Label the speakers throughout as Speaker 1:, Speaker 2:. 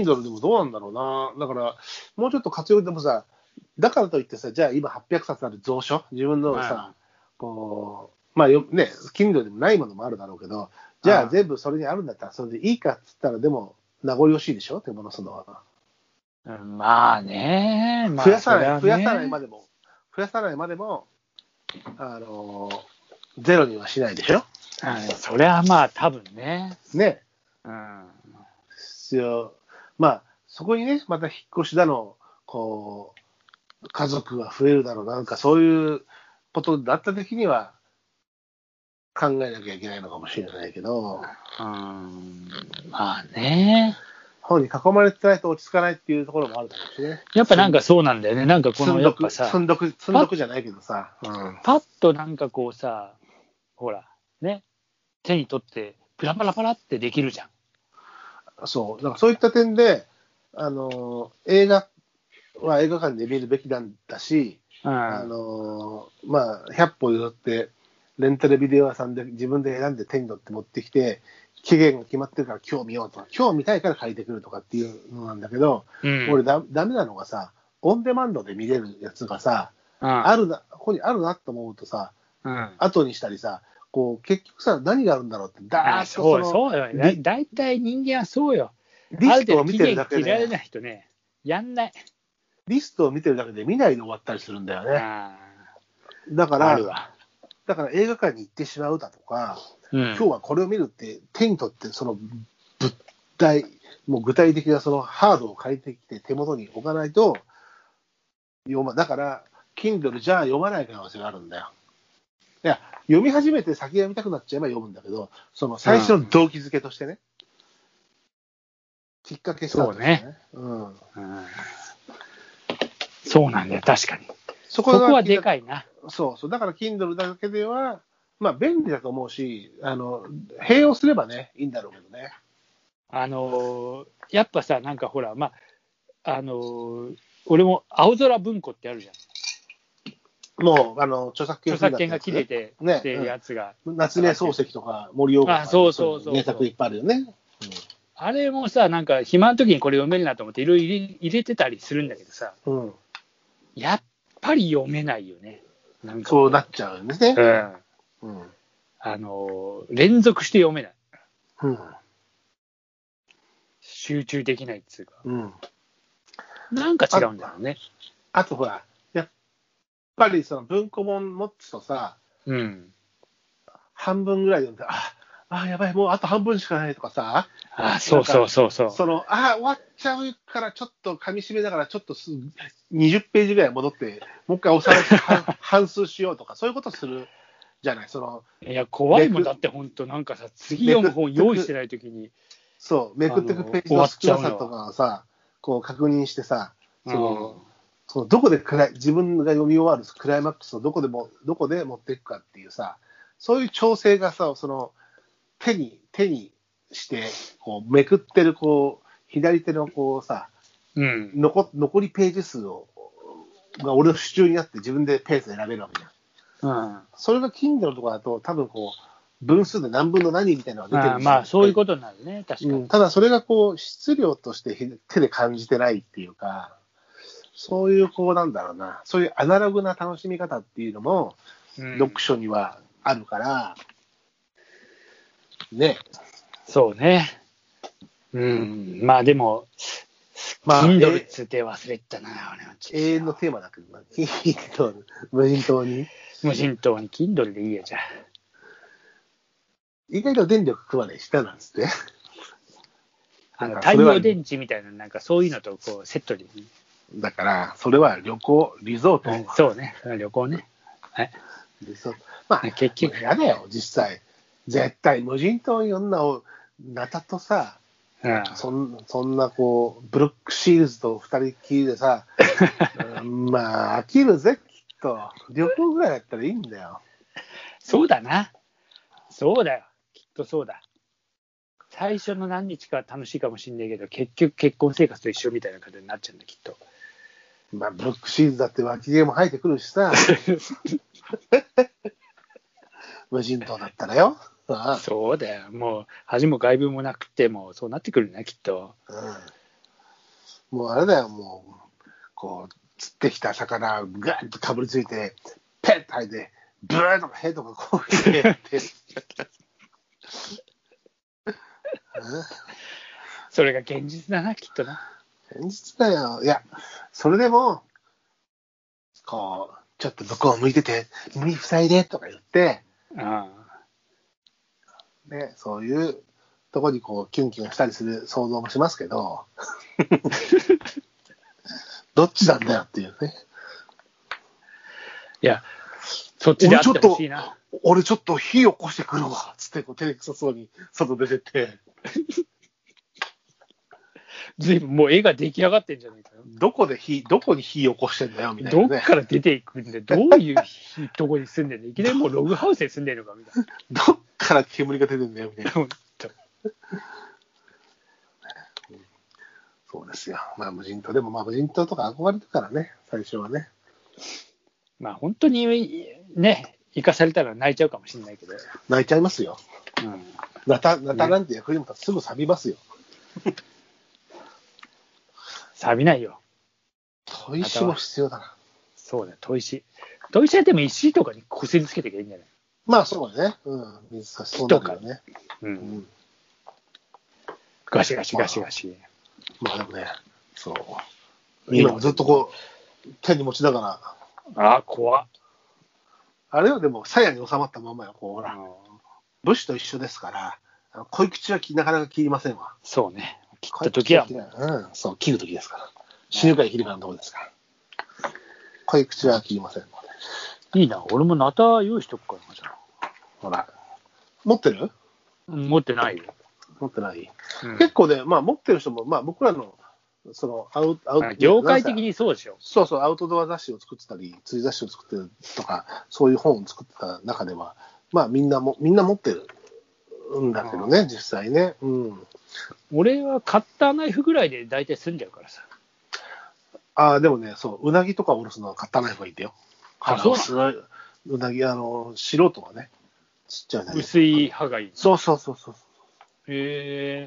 Speaker 1: ンドルでもどうなんだろうな。だから、もうちょっと活用でもさ、だからといってさ、じゃあ今800冊ある蔵書、自分のさ、
Speaker 2: は
Speaker 1: こう、まあよね、Kindle でもないものもあるだろうけど、じゃ
Speaker 2: は
Speaker 1: あ
Speaker 2: い
Speaker 1: 全部それにあるんだったら、それでいいかっつったら、でも、名残惜しいでしょ手放すのは。
Speaker 2: うんまあね、まあ、
Speaker 1: 増やさない、
Speaker 2: そ
Speaker 1: 増
Speaker 2: れ
Speaker 1: や
Speaker 2: はね
Speaker 1: さないまでも、増やさないまでも、あのーゼロにはしないでしょ
Speaker 2: うんそれはまあ、多分ね。
Speaker 1: ね。
Speaker 2: うん。
Speaker 1: 必要、まあ、そこにね、また引っ越しだの、こう、家族が増えるだろう、なんかそういうことだった時には、考えなきゃいけないのかもしれないけど、
Speaker 2: うん、まあね。
Speaker 1: 本に囲まれてないと落ち着かないっていうところもあるだろうしね。
Speaker 2: やっぱなんかそうなんだよね。なんかこ
Speaker 1: 積
Speaker 2: の、
Speaker 1: ん
Speaker 2: や
Speaker 1: ど
Speaker 2: っぱ
Speaker 1: く、
Speaker 2: さ
Speaker 1: 積、んどく、積んどくじゃないけどさ、うん、
Speaker 2: パッとなんかこうさ、ほら、ね、手に取って、パラパラパラってできるじゃん。
Speaker 1: そう、だからそういった点で、あのー映画は映画館で見るべきなんだし、あ
Speaker 2: うん。
Speaker 1: のーまあ、100歩譲って、レンタルビデオ屋さんで自分で選んで手に取って持ってきて、期限が決まってるから今日見ようとか、今日見たいから借りてくるとかっていうのなんだけど、
Speaker 2: うん、
Speaker 1: 俺だ、ダメなのがさ、オンデマンドで見れるやつがさ、
Speaker 2: うん、
Speaker 1: あるな、ここにあるなと思うとさ、
Speaker 2: うん。
Speaker 1: 後にしたりさ、こう、結局さ、何があるんだろうって、
Speaker 2: あ
Speaker 1: だーっ
Speaker 2: そ
Speaker 1: とそうの、
Speaker 2: そうよね。
Speaker 1: リ
Speaker 2: だいたい人間はそうよ。
Speaker 1: リ
Speaker 2: ある
Speaker 1: スト
Speaker 2: 程
Speaker 1: を
Speaker 2: 度
Speaker 1: 見
Speaker 2: 期
Speaker 1: てる
Speaker 2: 限
Speaker 1: だけ
Speaker 2: 切られ
Speaker 1: で、
Speaker 2: ないとね、やんない。
Speaker 1: リストを見てるだけで見ないで終わったりするんだよね。
Speaker 2: あ
Speaker 1: だか
Speaker 2: ーあ
Speaker 1: ら
Speaker 2: る、わ。
Speaker 1: だから映画館に行ってしまうだとか、
Speaker 2: 今
Speaker 1: 今日はこれを見るって手に取ってその物体もう具体的なそのハードを借りてきて手元に置かないと読まだから Kindle じゃ読まない可能性があるんだよいや読み始めて先が見たくなっちゃえば読むんだけどその最初の動機づけとしてね、きっかけスタートとしてうん、
Speaker 2: うんそうなんだよ、確かに。
Speaker 1: そ
Speaker 2: そこはで
Speaker 1: い
Speaker 2: かいな。
Speaker 1: そうそう、だから Kindle だけでは、まあ、便利だと思うしあの、併用すればね、いいんだろうけどね。
Speaker 2: あのーやっぱさ、なんかほら、まあ、あのー俺も青空文庫ってあるじゃん。
Speaker 1: もう、あの、著作権
Speaker 2: 著作権が切れて
Speaker 1: ね
Speaker 2: ってやつが。
Speaker 1: 夏目漱石とか森岡とか
Speaker 2: あそうそうそうそう
Speaker 1: 名作いっぱいあるよね。
Speaker 2: あれもさ、なんか暇の時にこれ読めるなと思っていろいろ入れ入れてたりするんだけどさ、
Speaker 1: うん。うん
Speaker 2: やっぱり読めないよね。なんか
Speaker 1: そうなっちゃうんですね
Speaker 2: う。ん
Speaker 1: うん。
Speaker 2: あのー連続して読めない。
Speaker 1: うん。
Speaker 2: 集中できないっつうか。
Speaker 1: うん。
Speaker 2: なんか違うんだろうね。
Speaker 1: あとほら、やっぱりその文庫本持つとさ、
Speaker 2: うん。
Speaker 1: 半分ぐらい読んで、あ、あ、やばい、もうあと半分しかないとかさ、
Speaker 2: あ、そうそうそうそう。
Speaker 1: その、あ、終わっちゃうからちょっと噛み締めながら、ちょっとす20ページぐらい戻って、もう一回おさらいして半 半数しようとか、そういうことするじゃない。その、
Speaker 2: いや、怖いも
Speaker 1: め
Speaker 2: ん
Speaker 1: く
Speaker 2: だって、本当なんかさ、次読む本用意してないときに、
Speaker 1: そう、めくってくページ
Speaker 2: あ
Speaker 1: の
Speaker 2: の終
Speaker 1: 少
Speaker 2: わ
Speaker 1: な
Speaker 2: っ
Speaker 1: さ
Speaker 2: ちゃうよ
Speaker 1: とかをさ、こう確認してさ、そ
Speaker 2: うん
Speaker 1: のそのどこでクライ自分が読み終わるクライマックスをどこでもどこで持っていくかっていうさ、そういう調整がさ、その手に手にしてこうめくってるこう左手のこうさ
Speaker 2: うん、
Speaker 1: 残残りページ数をが俺の手中になって自分でペース選べるわけじゃん。
Speaker 2: うん、
Speaker 1: それが Kindle とかだと多分こう分数で何分の何みたいなのが出てるん
Speaker 2: まあ、
Speaker 1: ですよ
Speaker 2: まあ、そういうことになるね、確か
Speaker 1: うん、
Speaker 2: に。
Speaker 1: ただそれがこう質量としてひ手で感じてないっていうかそういうこうなんだろうなそういうアナログな楽しみ方っていうのも
Speaker 2: うん
Speaker 1: 読書にはあるから、ね
Speaker 2: そうね。うん、まあ、でも、
Speaker 1: まあ
Speaker 2: Kindle っつって忘れてたな、俺は
Speaker 1: 永遠のテーマだけどな Kindle 無人島に
Speaker 2: 無人島に Kindle でいいやじゃあ。
Speaker 1: 意外と電力食わない下なんですね
Speaker 2: あの
Speaker 1: だからそ
Speaker 2: 太
Speaker 1: れは
Speaker 2: 陽電池みたいな、なんかそういうのとこうセットで、
Speaker 1: だからそれは旅行リゾート、
Speaker 2: うんそうね、旅行ね。はい、
Speaker 1: リゾートまあ
Speaker 2: 結局、
Speaker 1: 嫌だよ実際絶対無人島に女をなたとさ
Speaker 2: うん、
Speaker 1: そんそんなこう、ブルックシールズと二人っきりでさ、うんまあ、飽きるぜ、きっと。旅行ぐらいだったらいいんだよ。
Speaker 2: そうだな。そうだよ。きっとそうだ。最初の何日かは楽しいかもしんないけど、結局結婚生活と一緒みたいな感じになっちゃうんだ、きっと。
Speaker 1: まあ、ブルックシールズだって脇毛も生えてくるしさ、無人島だったらよ。あ
Speaker 2: そうだよ。もう、恥も外部もなくても、そうなってくるね、きっと。
Speaker 1: あうんもうあれだよ、もう、こう、釣ってきた魚、ぐわっとかぶりついて、ペッと吐いて、ブーとかヘとかこう言ってやって。
Speaker 2: それが現実だな、きっとな。
Speaker 1: 現実だよ。いや、それでも、こう、ちょっと向こう向いてて、耳塞いでとか言って、
Speaker 2: あ
Speaker 1: ね、そういうとこにこう、キュンキュンしたりする想像もしますけど、どっちなんだよっていうね。
Speaker 2: あいや、そっちであってほしいな。
Speaker 1: 俺ちょっと火起こしてくるわ、つってこう、照れくさそうに外出てって、
Speaker 2: ずいぶんもう絵が出来上がってんじゃないかよ。
Speaker 1: どこで火、どこに火起こしてんだよ、みたいな
Speaker 2: どっ
Speaker 1: ね。
Speaker 2: から出ていくんで、どういうひとこに住んでるのいきなりもうログハウスに住んでるのかみたい
Speaker 1: どっから煙が出てんだよ、みたいな
Speaker 2: な。。ほんと
Speaker 1: そうですよ。まあ無人島でも、まあ無人島とか憧れてからね、最初はね。
Speaker 2: まあ本当にね、生かされたら泣いちゃうかもしれないけど。
Speaker 1: 泣いちゃいますよ。
Speaker 2: うん
Speaker 1: ナタ、ナタなんて役にも立つすぐ錆びますよ。
Speaker 2: 錆びないよ。
Speaker 1: 砥石も必要だな。
Speaker 2: そうだ、砥石。砥石はでも石とかにこすりつけてきゃいいんじゃない
Speaker 1: まあそうだね。うん。水差しそうだからね。
Speaker 2: う。
Speaker 1: うんん。
Speaker 2: ガシガシガシガシ。
Speaker 1: まあでもね、そう。今もずっとこう、手に持ちながら、
Speaker 2: ああ、怖っ。
Speaker 1: あれはでも、鞘に収まったまんまよ。こう、ほ
Speaker 2: あ
Speaker 1: ら、
Speaker 2: の
Speaker 1: 武士と一緒ですから、あの小口はきなかなか切りませんわ。
Speaker 2: そうね。切っ
Speaker 1: 切
Speaker 2: た時はもう
Speaker 1: うん、そう、切る時ですから。死ぬか切るかのとこですから。小口は切りませんので。
Speaker 2: いいな、俺もナタ用意しとくからなじゃあ
Speaker 1: ほら。持ってる
Speaker 2: うん持ってないよ。
Speaker 1: 持ってない
Speaker 2: うん
Speaker 1: 結構ね、まあ、持ってる人も、まあ、僕らの、その、アウ アウ
Speaker 2: まあ業界的。にそうでしょ。
Speaker 1: そうそう、アウトドア雑誌を作ってたり、釣り雑誌を作ってるとか、そういう本を作ってた中では、まあ、みんなも、みんな持ってるんだけどね、実際ね。うん。
Speaker 2: 俺はカッターナイフぐらいで大体済んじゃうからさ。
Speaker 1: ああ、でもね、そう、うなぎとかおろすのは買ったない方がいいんだよ。
Speaker 2: あそうなの
Speaker 1: すごいうなぎ、あの、素人はね、ちっちゃいなぎ。
Speaker 2: 薄い刃がいい。
Speaker 1: そうそうそうそう。
Speaker 2: へえ。
Speaker 1: っ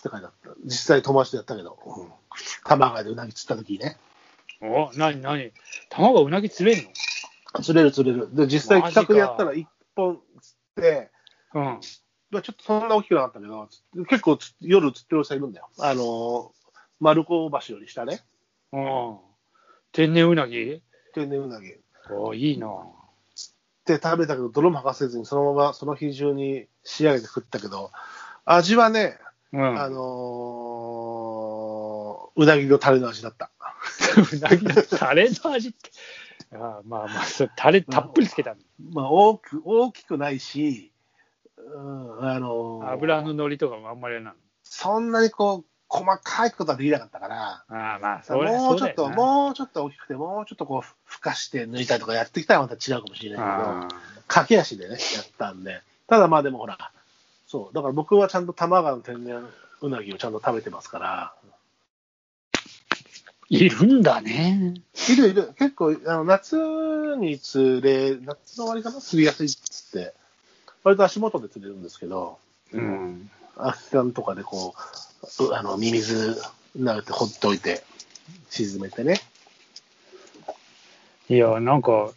Speaker 1: て書いてあった。実際友達とやったけど、うん、玉川でうなぎ釣った時ね。
Speaker 2: お、なになに卵がうなぎ釣れん
Speaker 1: 釣れる釣れる。で、実際
Speaker 2: マジか
Speaker 1: 企画でやったら1本釣って、
Speaker 2: の
Speaker 1: まあ、ちょっとそんな大きくなかったけど、結構つ夜釣ってる人いるんだよ。あのー、丸子橋より下ね。
Speaker 2: うん。うん。天然うなぎ
Speaker 1: 天然うなぎ。
Speaker 2: おいいな。
Speaker 1: で、食べたけど、泥も吐かせずに、そのまま、その日中に仕上げて食ったけど、味はね、
Speaker 2: うん。
Speaker 1: あのーうなぎのタレの味だった。
Speaker 2: うなぎのタレの味って。ああまあまあ、そうタレたっぷりつけたの。
Speaker 1: まあ、大きく、大きくないし、うん、あのー
Speaker 2: 油の海苔とかもあんまりなの。
Speaker 1: そんなにこう、細かいことはできなかったから、
Speaker 2: ああまあ、それ
Speaker 1: もうちょっ
Speaker 2: そ
Speaker 1: と、
Speaker 2: だよな
Speaker 1: もうちょっと大きくて、もうちょっとこう、ふかして抜いたりとかやってきたらまた違うかもしれないけど
Speaker 2: あ、
Speaker 1: 駆け足でね、やったんで、ただまあでもほら、そう、だから僕はちゃんと玉川の天然うなぎをちゃんと食べてますから、
Speaker 2: ーいるんだね。
Speaker 1: いるいる、結構、あの夏に釣れ、夏の終わりかな、釣りやすいっつって、割と足元で釣れるんですけど、
Speaker 2: うん。
Speaker 1: 空き缶とかでこう、うあのミミズなんてほっておいて、沈めてね、
Speaker 2: いや、なんか、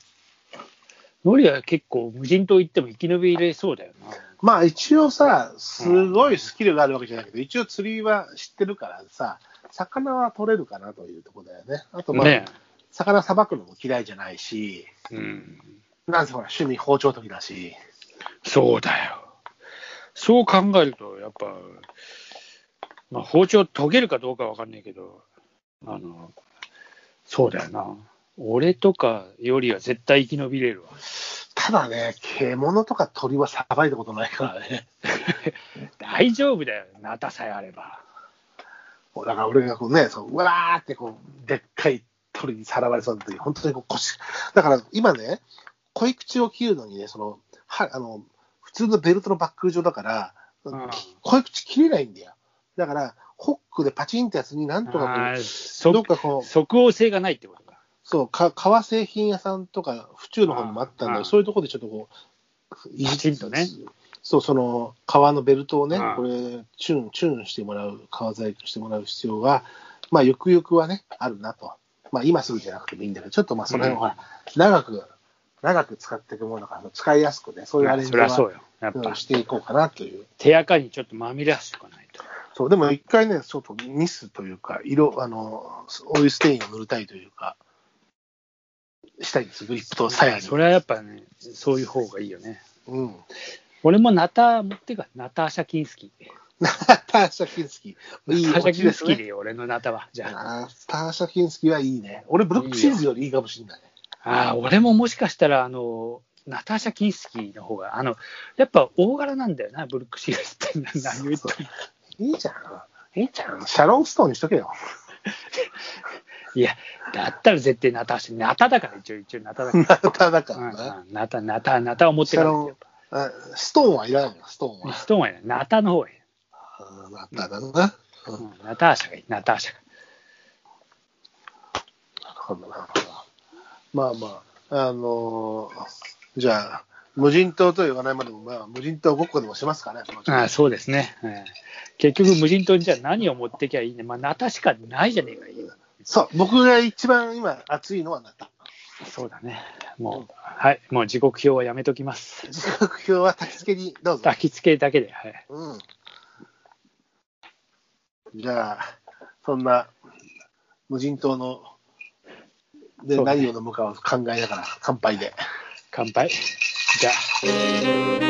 Speaker 2: ノリは結構無人島行っても生き延びれそうだよな。
Speaker 1: まあ一応さ、すごいスキルがあるわけじゃないけど、一応釣りは知ってるからさ、魚は取れるかなというところだよね。あとまあ、
Speaker 2: ね
Speaker 1: 魚さばくのも嫌いじゃないし、
Speaker 2: うん。
Speaker 1: なんせほら、趣味包丁研ぎだし、
Speaker 2: そうだよ。そう考えると、やっぱ、まあ、包丁研げるかどうかわかんないけど、あの、そうだよな。俺とかよりは絶対生き延びれるわ。
Speaker 1: ただね、獣とか鳥はさばいたことないからね、
Speaker 2: 大丈夫だよ、ナタさえあれば。
Speaker 1: だから俺がこうね、そううわーってこう、でっかい鳥にさらわれそうな時、本当にこう腰、だから今ね、鯉口を切るのにね、その、はあの、普通のベルトのバック上だから、
Speaker 2: うん
Speaker 1: 鯉口切れないんだよ。だから、ホックでパチンってやつになんとかこ
Speaker 2: あー
Speaker 1: う、どっ
Speaker 2: 即
Speaker 1: かこう、
Speaker 2: 即応性がないってことか。
Speaker 1: そう、か革製品屋さんとか、府中の方にもあったんだ
Speaker 2: あ
Speaker 1: よ、
Speaker 2: あ
Speaker 1: そういうところでちょっとこう、い
Speaker 2: パチンとね。
Speaker 1: そう、その革のベルトをね、
Speaker 2: うん
Speaker 1: これ、チューン、チューンしてもらう、革細工してもらう必要が、まあ、ゆくゆくはね、あるなと。まあ、今すぐじゃなくてもいいんだけど、ちょっとまあ、その辺をほら、長く、長く使っていくものだから、使いやすくね、そういうアレンジ
Speaker 2: そりゃそ
Speaker 1: は
Speaker 2: うよ。やっぱ、
Speaker 1: うんしていこうかなという。
Speaker 2: 手垢にちょっとまみれしとかないと。
Speaker 1: そう、でも一回ね、ちょっとミスというか、色、あの、オイルステインを塗りたいというか、したいです、グリップと鞘に
Speaker 2: そ。れはやっぱね、そういう方がいいよね。
Speaker 1: うん。
Speaker 2: 俺もナタ、持ってか、ナターシャキンスキー。
Speaker 1: ターシャキンスキー。いい
Speaker 2: ナターシャ
Speaker 1: オ
Speaker 2: キ
Speaker 1: チ
Speaker 2: ン
Speaker 1: で
Speaker 2: ス
Speaker 1: す
Speaker 2: キー
Speaker 1: ね
Speaker 2: でいいよ、俺のナタは。じゃあ。
Speaker 1: あーターシャキンスキーはいいね。俺、ブロックシーズよりいいかもしれない。
Speaker 2: ああ、俺ももしかしたら、あの、ナターシャ・キンスキーの方が、あの、やっぱ大柄なんだよな、ブルックシーズって。何を言っても
Speaker 1: いいじゃん。いいじゃん。シャロンストーンにしとけよ。
Speaker 2: いや、だったら絶対ナターシャ、ナタだから、一応、一応ナタだから。
Speaker 1: ナタだか
Speaker 2: う
Speaker 1: ら
Speaker 2: ん
Speaker 1: な。
Speaker 2: うんナタ、ナタ、ナタを持ってかないとやっ
Speaker 1: あストーンはいらないよ、ストーン
Speaker 2: ぱ。
Speaker 1: は。
Speaker 2: ストーンはねナタの方がいい。
Speaker 1: あーナタだな。なる
Speaker 2: うんナターシャがいい、ナターシャが。
Speaker 1: ほど、なるほど。まあまあ、あのーじゃあ、無人島と言わないまでも、まあ、無人島ごっこでもしますかね、そのうち
Speaker 2: ああそうですね、うん結局、無人島にじゃあ何を持ってきゃいいね、まあ、ナタしかないじゃねえか、いい
Speaker 1: そう、僕が一番今、熱いのはナタ。
Speaker 2: そうだね、もう、はい、もう時刻表はやめときます。
Speaker 1: 時刻表は焚き付けに、どうぞ。
Speaker 2: 抱きつけだけで、はい、
Speaker 1: うん。じゃあ、そんな無人島ので、
Speaker 2: そうね
Speaker 1: 何を飲むかを考えながら乾杯で。
Speaker 2: 乾杯。じゃあ。